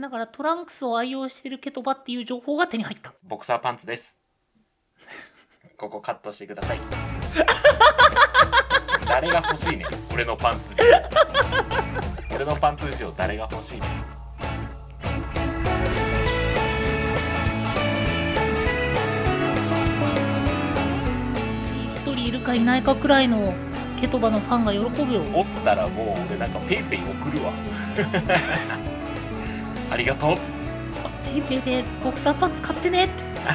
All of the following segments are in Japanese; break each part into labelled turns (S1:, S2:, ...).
S1: だからトランクスを愛用してるケトバっていう情報が手に入った
S2: ボクサーパンツです。ここカットしてください。誰が欲しいねん俺のパンツ事情。俺のパンツ事情誰が欲しいねん
S1: 一人いるかいないかくらいのケトバのファンが喜ぶよ
S2: おったらもう俺なんかペイペイ送るわ。ありがとう。
S1: ペイペイでボクサーパンツ買ってねって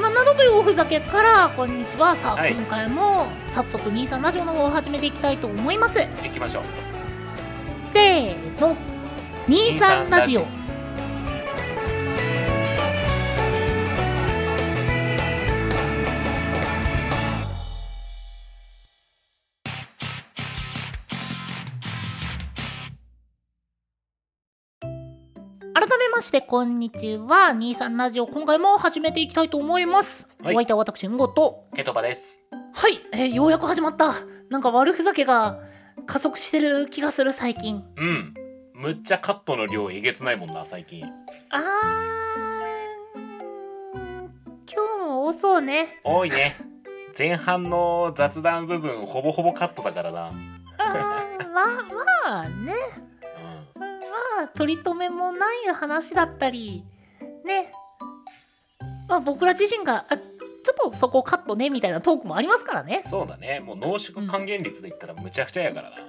S1: まあなどというおふざけからこんにちはさあ、
S2: はい
S1: 今回も早速兄さんラジオの方を始めていきたいと思いますせ
S2: 行きましょう。
S1: ーの兄さんラジオ
S2: 兄
S1: 改めましてこんにちは兄さんラジオ今回も始めていきたいと思います、
S2: はい
S1: お相手は私んごと
S2: ケトバです。
S1: はい、えーようやく始まったなんか悪ふざけが加速してる気がする最近
S2: うん。むっちゃカットの量えげつないもんな最近。
S1: あー今日も多そうね
S2: 多いね。前半の雑談部分ほぼほぼカットだからな。
S1: あー まあまあね
S2: うん。
S1: まあ取り留めもない話だったりねまあ僕ら自身があちょっとそこカットねみたいなトークもありますからね
S2: そうだねもう濃縮還元率で言ったらむちゃくちゃやからな、
S1: い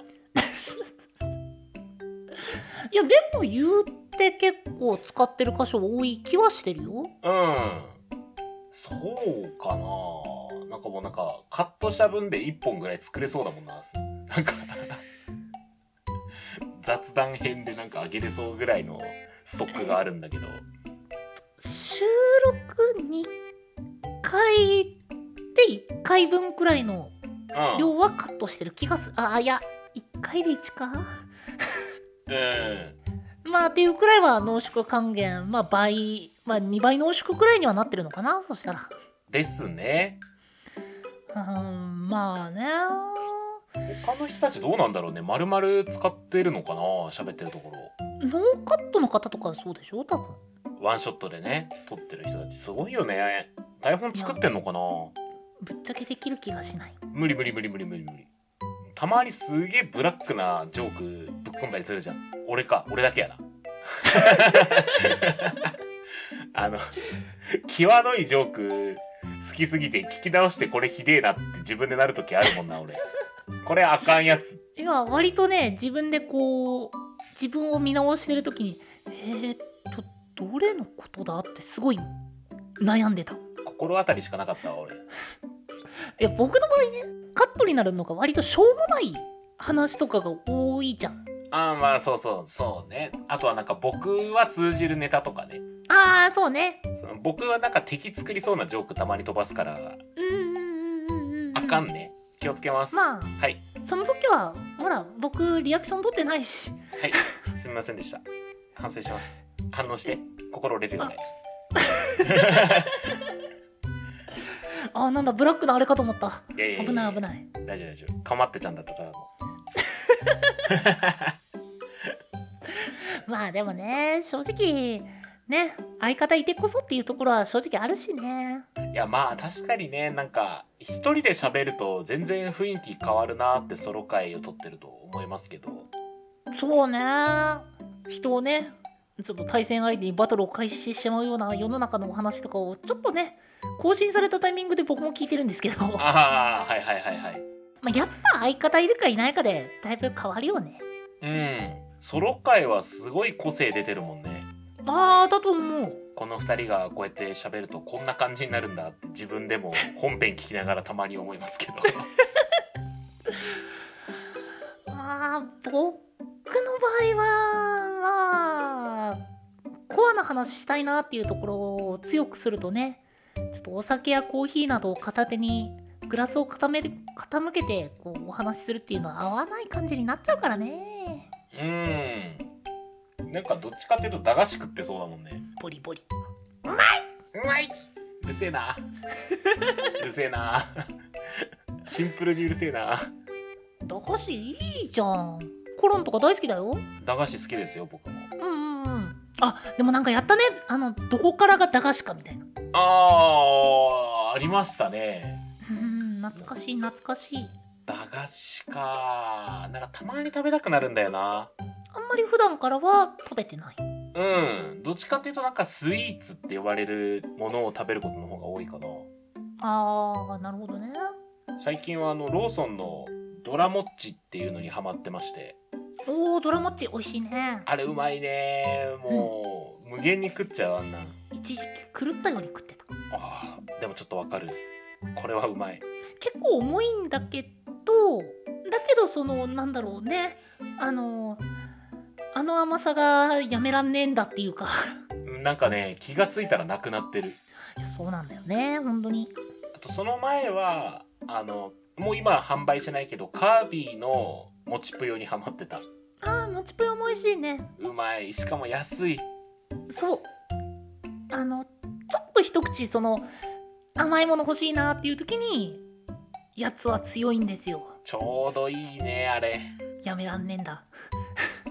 S1: やでも言うて結構使ってる箇所多い気はしてるよ
S2: うん、そうかななんかもうなんかカットした分で1本ぐらい作れそうだもんななんか 雑談編でなんか上げれそうぐらいのストックがあるんだけど
S1: 収録2回で1回分くらいの
S2: うん、うん、
S1: 量はカットしてる気がするああいや1回で1かまあっていうくらいは濃縮還元まあ倍まあ2倍濃縮くらいにはなってるのかなそしたら
S2: ですね
S1: うんまあね
S2: 他の人たちどうなんだろうね丸々使ってるのかな喋ってるところ
S1: ノーカットの方とかそうでしょ多分
S2: ワンショットでね撮ってる人たちすごいよね台本作ってんのかな
S1: ぶっちゃけできる気がしない
S2: 無理無理無理無理無理無理たまにすげえブラックなジョークぶっ込んだりするじゃん俺か俺だけやな あの際どいジョーク好きすぎて聞き直してこれひでえなって自分でなる時あるもんな俺これあかんやつ
S1: 今割とね自分でこう自分を見直してる時にえー、っとどれのことだってすごい悩んでたい
S2: 心当たりしかなかったわ俺
S1: や僕の場合ねカットになるのが割としょうもない話とかが多いじゃん
S2: ああまあそうそうそうねあとはなんか僕は通じるネタとかね
S1: あーそうね
S2: その僕はなんか敵作りそうなジョークたまに飛ばすから
S1: うんうんうんうんうん
S2: あかんね気をつけます、
S1: まあ
S2: はい
S1: その時はほら僕リアクション取ってないし
S2: はい、すみませんでした。反省します。反応して、心折れるよね。
S1: あーなんだブラックのあれかと思った
S2: いやいや
S1: 危ない危
S2: ない。
S1: ない
S2: 大丈夫大丈夫。かまってちゃんだったからの。
S1: まあでもね正直ね相方いてこそっていうところは正直あるしね
S2: いや、まあ、確かにね、なんか、一人で喋ると、全然雰囲気変わるなってソロ会を撮ってると思いますけど。
S1: そうね人をねちょっと対戦相手にバトルを開始してしまうような世の中のお話とかをちょっとね更新されたタイミングで僕も聞いてるんですけどま
S2: ああ、はいはいはいはい。
S1: あやっぱ相方いるかいないかでだいぶ変わるよね
S2: うん。ソロ会はすごい個性出てるもんね。
S1: あーだと思う
S2: この二人がこうやって喋るとこんな感じになるんだって自分でも本編聞きながらたまに思いますけど。
S1: まあ僕の場合はまあコアな話したいなっていうところを強くするとねちょっとお酒やコーヒーなどを片手にグラスを固め傾けてこうお話しするっていうのは合わない感じになっちゃうからね
S2: うん。なんかどっちかっていうと駄菓子食ってそうだもんね。
S1: ボリボリ
S2: うまいうるせえなうるせえなシンプルにうるせえな
S1: 駄菓子いいじゃんコロンとか大好きだよ
S2: 駄菓子好きですよ僕も
S1: うんうんうんあでもなんかやったねあのどこからが駄菓子かみたいな
S2: あーありましたね
S1: うん懐かしい懐かしい
S2: 駄菓子かなんかたまに食べたくなるんだよな
S1: あんまり普段からは食べてない
S2: うんどっちかっていうとなんかスイーツって呼ばれるものを食べることの方が多いかな
S1: あーなるほどね
S2: 最近はあのローソンのドラモッチっていうのにハマってまして
S1: おードラマッチ美味しいね
S2: あれうまいねもう、無限に食っちゃうあんなん
S1: 一時期狂ったように食ってた
S2: あーでもちょっとわかるこれはうまい
S1: 結構重いんだけどだけどそのなんだろうねあのあの甘さがやめらんねえんだっていうか
S2: うんなんかね気がついたらなくなってる
S1: いやそうなんだよね本当に
S2: あとその前はあのもう今は販売してないけどカービィのもちぷよにハマってた
S1: あーもちぷよも美味しいね
S2: うまいしかも安い
S1: そうあのちょっと一口その甘いもの欲しいなっていう時にやつは強いんですよ
S2: ちょうどいいねあれ
S1: やめらんねえんだ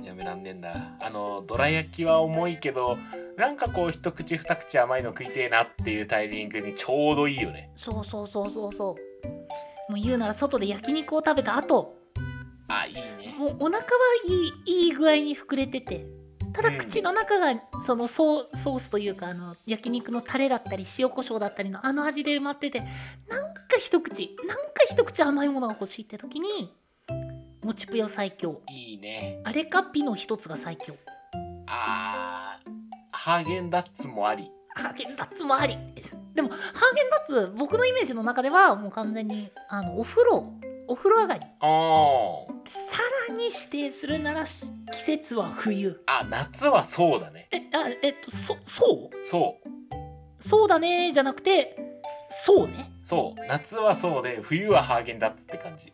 S2: やめらんねんだあのどら焼きは重いけどなんかこう一口二口甘いの食いてえなっていうタイミングにちょうどいいよね
S1: そうそうそうそうそうもう言うなら外で焼肉を食べた後
S2: あいいね
S1: もうお腹はいいいい具合に膨れててただ
S2: うん
S1: 口の中がそのソーソースというかあの焼肉のタレだったり塩コショウだったりのあの味で埋まっててなんか一口なんか一口甘いものが欲しいって時にもちぷよ最強
S2: いいね
S1: あれかピの一つが最強
S2: あーハーゲンダッツもあり
S1: ハーゲンダッツもありでもハーゲンダッツ僕のイメージの中ではもう完全にあのお風呂お風呂上がり
S2: あー
S1: さらに指定するならし季節は冬
S2: あ夏はそうだね
S1: えあえっとそそう
S2: そう
S1: そうだねじゃなくてそうね
S2: そう夏はそうで冬はハーゲンダッツって感じ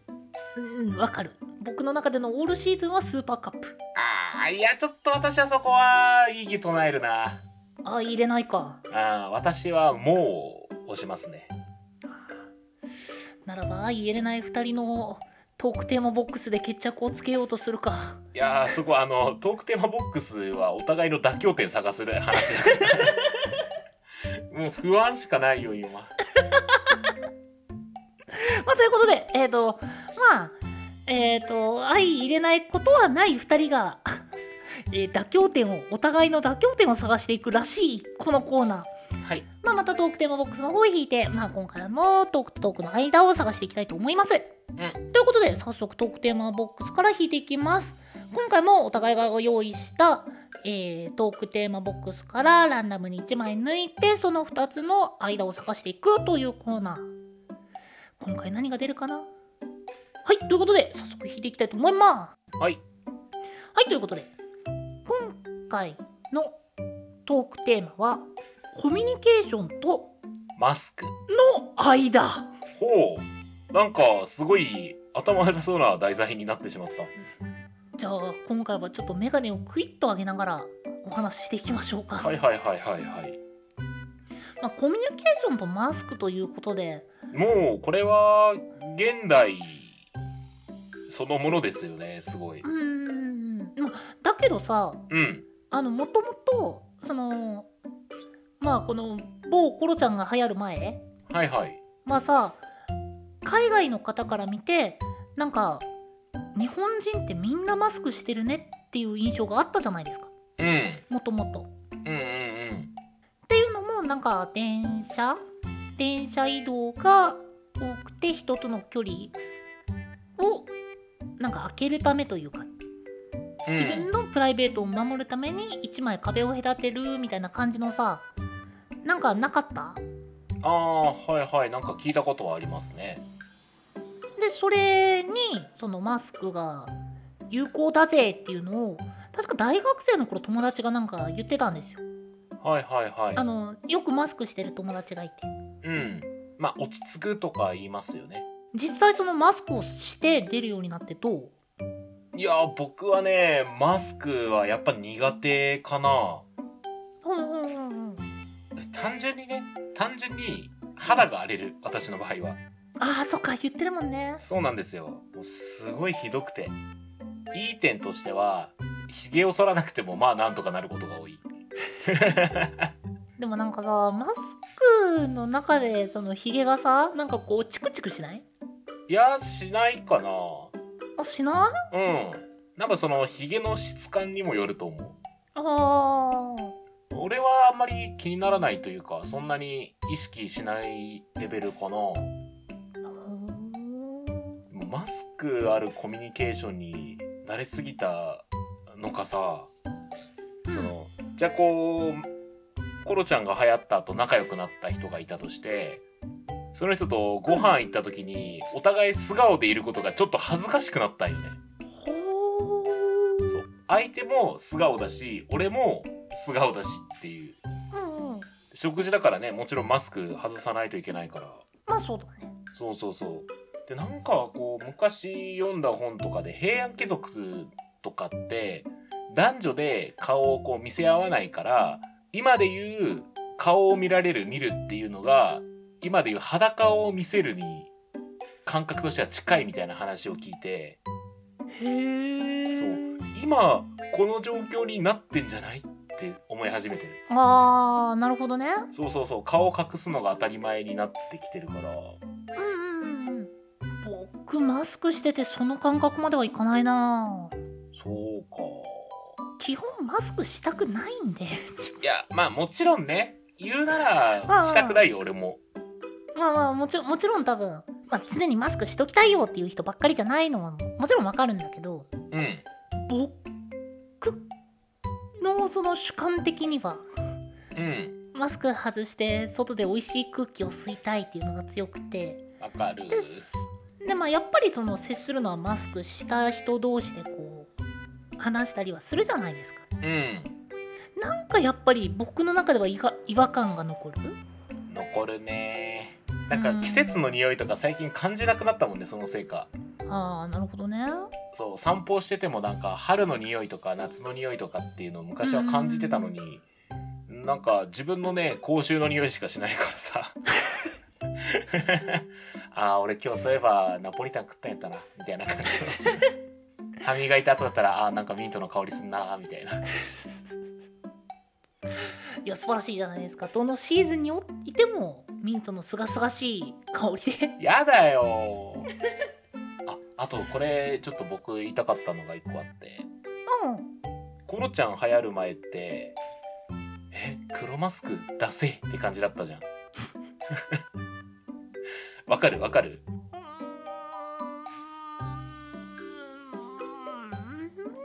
S1: うんわかる僕の中でのオールシーズンはスーパーカップ
S2: あーいやちょっと私はそこは異議唱えるな
S1: あ入れないか
S2: あー私はもう押しますね
S1: ならば入れない2人のトークテーマボックスで決着をつけようとするか
S2: いやーそこあのトークテーマボックスはお互いの妥協点探す話だから もう不安しかないよ今
S1: まあということでえっ、とまあえっ、と相入れないことはない2人が、 えー妥協点をお互いの妥協点を探していくらしいこのコーナー
S2: はい
S1: まあ、またトークテーマボックスの方を引いて、まあ、今回もトークとトークの間を探していきたいと思います。
S2: ん
S1: ということで早速トークテーマボックスから引いていきます。今回もお互いが用意した、えートークテーマボックスからランダムに1枚抜いてその2つの間を探していくというコーナー。今回何が出るかなはいということで早速引いていきたいと思います。
S2: はい
S1: はい、ということで今回のトークテーマはコミュニケーションと
S2: マスク
S1: の間
S2: ほうなんかすごい頭良さそうな題材になってしまった
S1: じゃあ今回はちょっとメガネをクイッと上げながらお話ししていきましょうか、
S2: はいはいはいはいはい
S1: まあ、コミュニケーションとマスクということで
S2: もうこれは現代そのものですよねすごいう
S1: ーんまあだけどさ
S2: うん
S1: あのもともとそのまあこの某コロちゃんが流行る前
S2: はいはい
S1: まあさ海外の方から見てなんか日本人ってみんなマスクしてるねっていう印象があったじゃないですか
S2: うん
S1: もともと。
S2: うんうんうん
S1: っていうのもなんか電車電車移動が多くて人との距離をなんか空けるためというか
S2: うん
S1: 自分のプライベートを守るために一枚壁を隔てるみたいな感じのさなんかなかった
S2: ああはいはいなんか聞いたことはありますね
S1: でそれにそのマスクが有効だぜっていうのを確か大学生の頃友達がなんか言ってたんですよ
S2: はいはいはい
S1: あのよくマスクしてる友達がいて
S2: うん。まあ、落ち着くとか言いますよね。
S1: 実際そのマスクをして出るようになってどう
S2: いやー、僕はね、マスクはやっぱ苦手かな。
S1: うんうんうんうん
S2: 単純にね、単純に肌が荒れる、私の場合は。
S1: あーそっか言ってるもんね
S2: そうなんですよ。もうすごいひどくて。いい点としてはひげを剃らなくてもまあなんとかなることが多い
S1: でもなんかさマスクの中でそのヒゲがさなんかこうチクチクしない
S2: いやしないかな
S1: あしない
S2: うんなんかそのひげの質感にもよると思う
S1: あー
S2: 俺はあんまり気にならないというかそんなに意識しないレベルかな
S1: う
S2: マスクあるコミュニケーションに慣れすぎたのかさそのじゃあこうコロちゃんが流行った後仲良くなった人がいたとしてその人とご飯行った時にお互い素顔でいることがちょっと恥ずかしくなったんよね
S1: ほー
S2: そう相手も素顔だし俺も素顔だしっていう
S1: うんうん
S2: 食事だからねもちろんマスク外さないといけないから
S1: まあそうだね
S2: そうそうそう。でなんかこう昔読んだ本とかで平安貴族とかって男女で顔をこう見せ合わないから今で言う顔を見られる見るっていうのが今で言う裸を見せるに感覚としては近いみたいな話を聞いて
S1: へえ
S2: そう今この状況になってんじゃないって思い始めてる
S1: あーなるほどね
S2: そうそうそう顔を隠すのが当たり前になってきてるから
S1: うんうんうんうん僕マスクしててその感覚まではいかないな
S2: そうか
S1: 基本マスクしたくないんで
S2: いやまあもちろんね言うならしたくないよ俺も
S1: まあまあもちろんもちろん多分、まあ、常にマスクしときたいよっていう人ばっかりじゃないのはもちろんわかるんだけど
S2: うん
S1: 僕のその主観的には
S2: うん
S1: マスク外して外で美味しい空気を吸いたいっていうのが強くて
S2: わかる
S1: ですでまあやっぱりその接するのはマスクした人同士でこう話したりはするじゃないですか
S2: うん
S1: なんかやっぱり僕の中では違和違和感が残る
S2: 残るねなんか季節の匂いとか最近感じなくなったもんねそのせいか
S1: ああなるほどね
S2: そう散歩しててもなんか春の匂いとか夏の匂いとかっていうのを昔は感じてたのになんか自分のね口臭の匂いしかしないからさ あー俺今日そういえばナポリタン食ったんやったなみたいな感じの歯磨いた後だったらあーなんかミントの香りすんなーみたいない
S1: や素晴らしいじゃないですかどのシーズンにおいてもミントのすがすがしい香りで
S2: やだよーああとこれちょっと僕言いたかったのが一個あって
S1: うん
S2: コロちゃん流行る前ってえ黒マスク出せって感じだったじゃん わかるわかる
S1: ま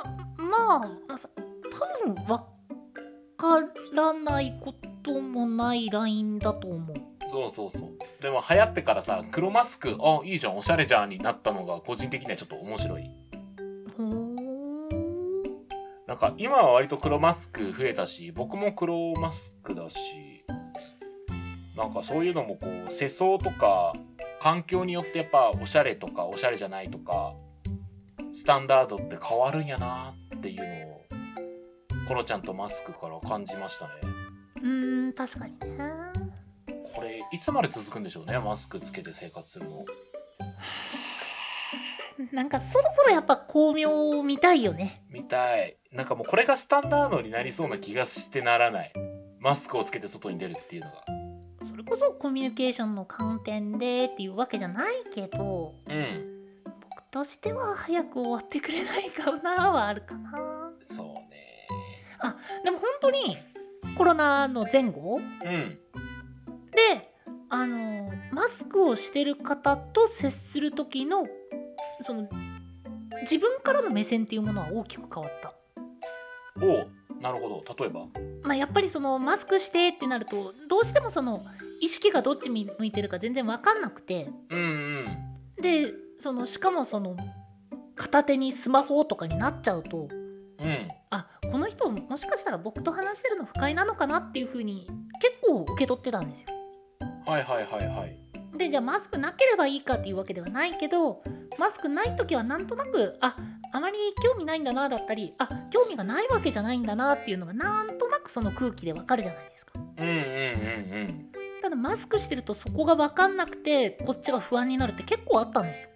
S1: あまあ多分わからないこともないラインだと思う
S2: そうそうそうでも流行ってからさ黒マスクあいいじゃんおしゃれじゃんになったのが個人的にはちょっと面白い
S1: ほー
S2: なんか今は割と黒マスク増えたし僕も黒マスクだしなんかそういうのもこう世相とか環境によってやっぱおしゃれとかおしゃれじゃないとかスタンダードって変わるんやなっていうのをコロちゃんとマスクから感じましたね
S1: うーん確かにね
S2: これいつまで続くんでしょうねマスクつけて生活するの
S1: なんかそろそろやっぱ巧妙を見たいよね
S2: みたいなんかもうこれがスタンダードになりそうな気がしてならないマスクをつけて外に出るっていうのが
S1: それこそコミュニケーションの観点でっていうわけじゃないけど
S2: うん
S1: 僕としては早く終わってくれないかなはあるかな
S2: そうね
S1: でも本当にコロナの前後
S2: うん
S1: であのマスクをしてる方と接する時のその自分からの目線っていうものは大きく変わった。
S2: おうなるほど例えば
S1: まあ、やっぱりそのマスクしてってなるとどうしてもその意識がどっちに向いてるか全然分かんなくて
S2: うんうん
S1: でそのしかもその片手にスマホとかになっちゃうと
S2: うん
S1: あこの人もしかしたら僕と話してるの不快なのかなっていうふうに結構受け取ってたんですよ。
S2: はいはいはいはい
S1: でじゃあマスクなければいいかっていうわけではないけどマスクない時はなんとなくああまり興味ないんだなだったりあ興味がないわけじゃないんだなっていうのがなんとなくその空気でわかるじゃないですか。
S2: うんうんうんうん
S1: ただマスクしてるとそこが分かんなくてこっちが不安になるって結構あったんですよ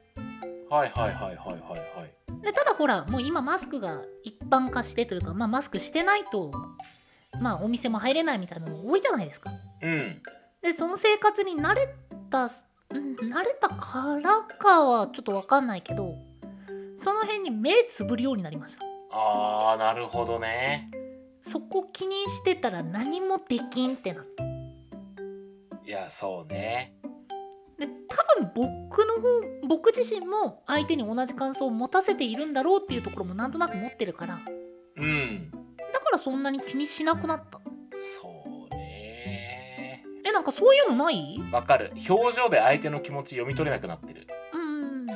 S2: はいはいはいはいはいはい
S1: でただほらもう今マスクが一般化してというか、まあ、マスクしてないと、まあ、お店も入れないみたいなの多いじゃないですか。
S2: うん
S1: でその生活に慣れたん慣れたからかはちょっと分かんないけどその辺に目つぶるようになりました
S2: あーなるほどね
S1: そこ気にしてたら何もできんってなって
S2: いやそうね
S1: で多分僕の方僕自身も相手に同じ感想を持たせているんだろうっていうところもなんとなく持ってるから
S2: うん
S1: だからそんなに気にしなくなった
S2: そうね
S1: えなんかそういうのない
S2: わかる表情で相手の気持ち読み取れなくなってる
S1: うん
S2: だ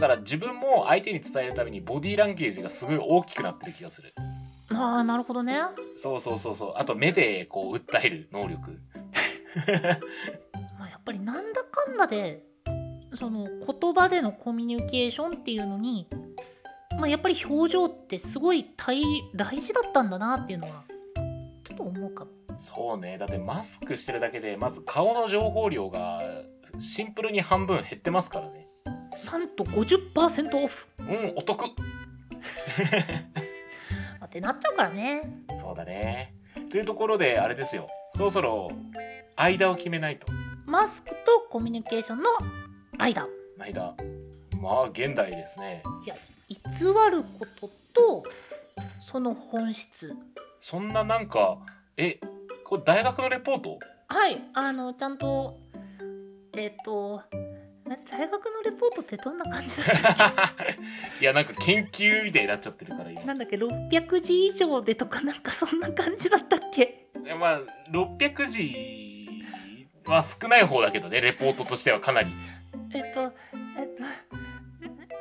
S2: から自分も相手に伝えるためにボディーランゲージがすごい大きくなってる気がする
S1: ああなるほどね
S2: そうそうそうそうあと目でこう訴える能力
S1: まあ、やっぱりなんだかんだでその言葉でのコミュニケーションっていうのに、まあ、やっぱり表情ってすごい大大事だったんだなっていうのはちょっと思うかも。
S2: そうねだってマスクしてるだけでまず顔の情報量がシンプルに半分減ってますからね
S1: なんと50%オフ
S2: うんお得
S1: ってなっちゃうからね
S2: そうだねというところであれですよそろそろ間を決めないと
S1: マスクとコミュニケーションの間
S2: 間まあ現代ですね
S1: 偽ることとその本質
S2: そんななんかえこれ大学のレポート
S1: はいあのちゃんとえっ、とあれ大学のレポートってどんな感じだったっけ
S2: いやなんか研究みたいになっちゃってる から
S1: な
S2: 今
S1: んだっけ600字以上でとかなんかそんな感じだったっけ
S2: いやまあ600字は少ない方だけどねレポートとしてはかなり、
S1: えっとえっと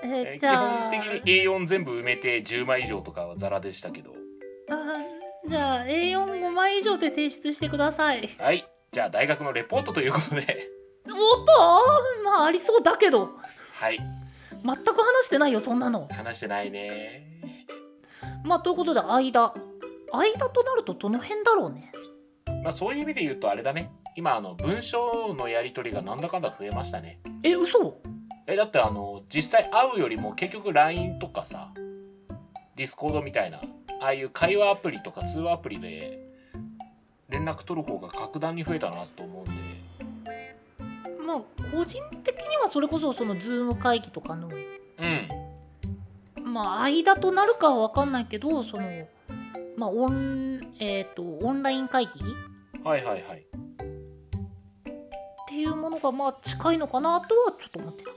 S1: えー
S2: え基
S1: じゃあ
S2: 本的に A4 全部埋めて10枚以上とかはザラでしたけど
S1: あーじゃあ A45 枚以上で提出してください
S2: はいじゃあ大学のレポートということで
S1: おっとまあありそうだけど
S2: はい
S1: 全く話してないよそんなの
S2: 話してないね
S1: まあということで間間となるとどの辺だろうね
S2: まあそういう意味で言うとあれだね今あの文章のやり取りがなんだかんだ増えましたね
S1: え嘘
S2: えだってあの実際会うよりも結局 LINE とかさ Discord みたいなああいう会話アプリとか通話アプリで連絡取る方が格段に増えたなと思うんで
S1: まあ個人的にはそれこそその Zoom 会議とかの
S2: うん
S1: まあ間となるかは分かんないけどそのまあオン,、えー、とオンライン会議っ
S2: はいはいはい
S1: ていうものがまあ近いのかなとはちょっと思ってた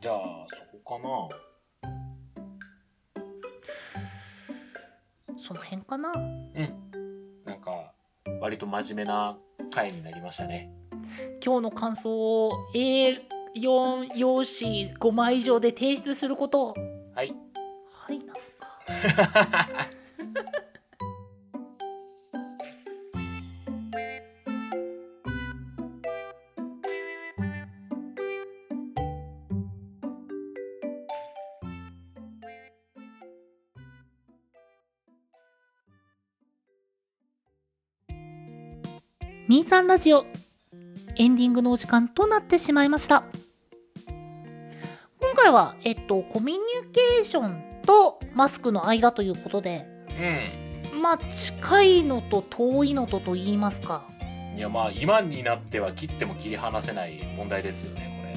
S2: じゃあそこか
S1: その辺かな
S2: ななんか割と真面目な回になりましたね
S1: 今日の感想を A4 用紙5枚以上で提出すること
S2: はい
S1: はいなのかミーさんラジオエンディングのお時間となってしまいました今回は、えっと、コミュニケーションとマスクの間ということで、
S2: う
S1: まあ、近いのと遠いのとと言いますか。
S2: んいやまあ今になっては切っても切り離せない問題ですよね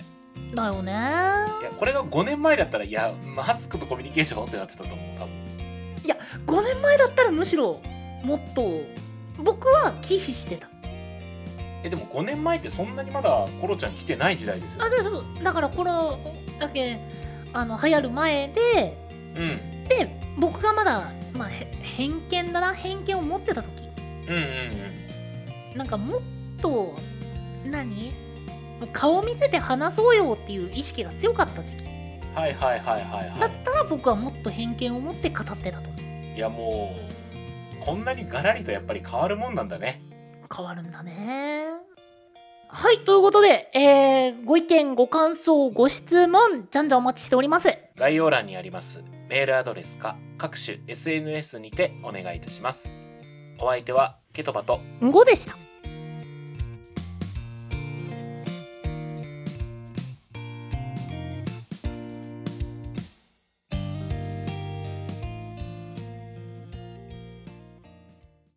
S2: これ
S1: だよね。
S2: いやこれが5年前だったらいやマスクとコミュニケーションってなってたと思う多分
S1: 5年前だったらむしろ、もっと、僕は忌避してた。
S2: えでも5年前ってそんなにまだコロちゃん来てない時代ですよ
S1: あ、そうそう。だから、この、だけ、あの、流行る前で、
S2: うん
S1: で、僕がまだ、まあ、へ偏見だな、偏見を持ってた時。
S2: うんうん
S1: なんかもっと、何もう顔見せて話そうよっていう意識が強かった時期。
S2: うんはいはいはいはい
S1: だ
S2: は
S1: ったら僕はもっと偏見を持って語ってたと思う
S2: いいやもうこんなにガラリとやっぱり変わるもんなんだね
S1: 変わるんだねはいということで、えーご意見ご感想ご質問じゃんじゃんお待ちしております
S2: 概要欄にありますメールアドレスか各種 SNS にてお願いいたしますお相手はケトバと
S1: 5でした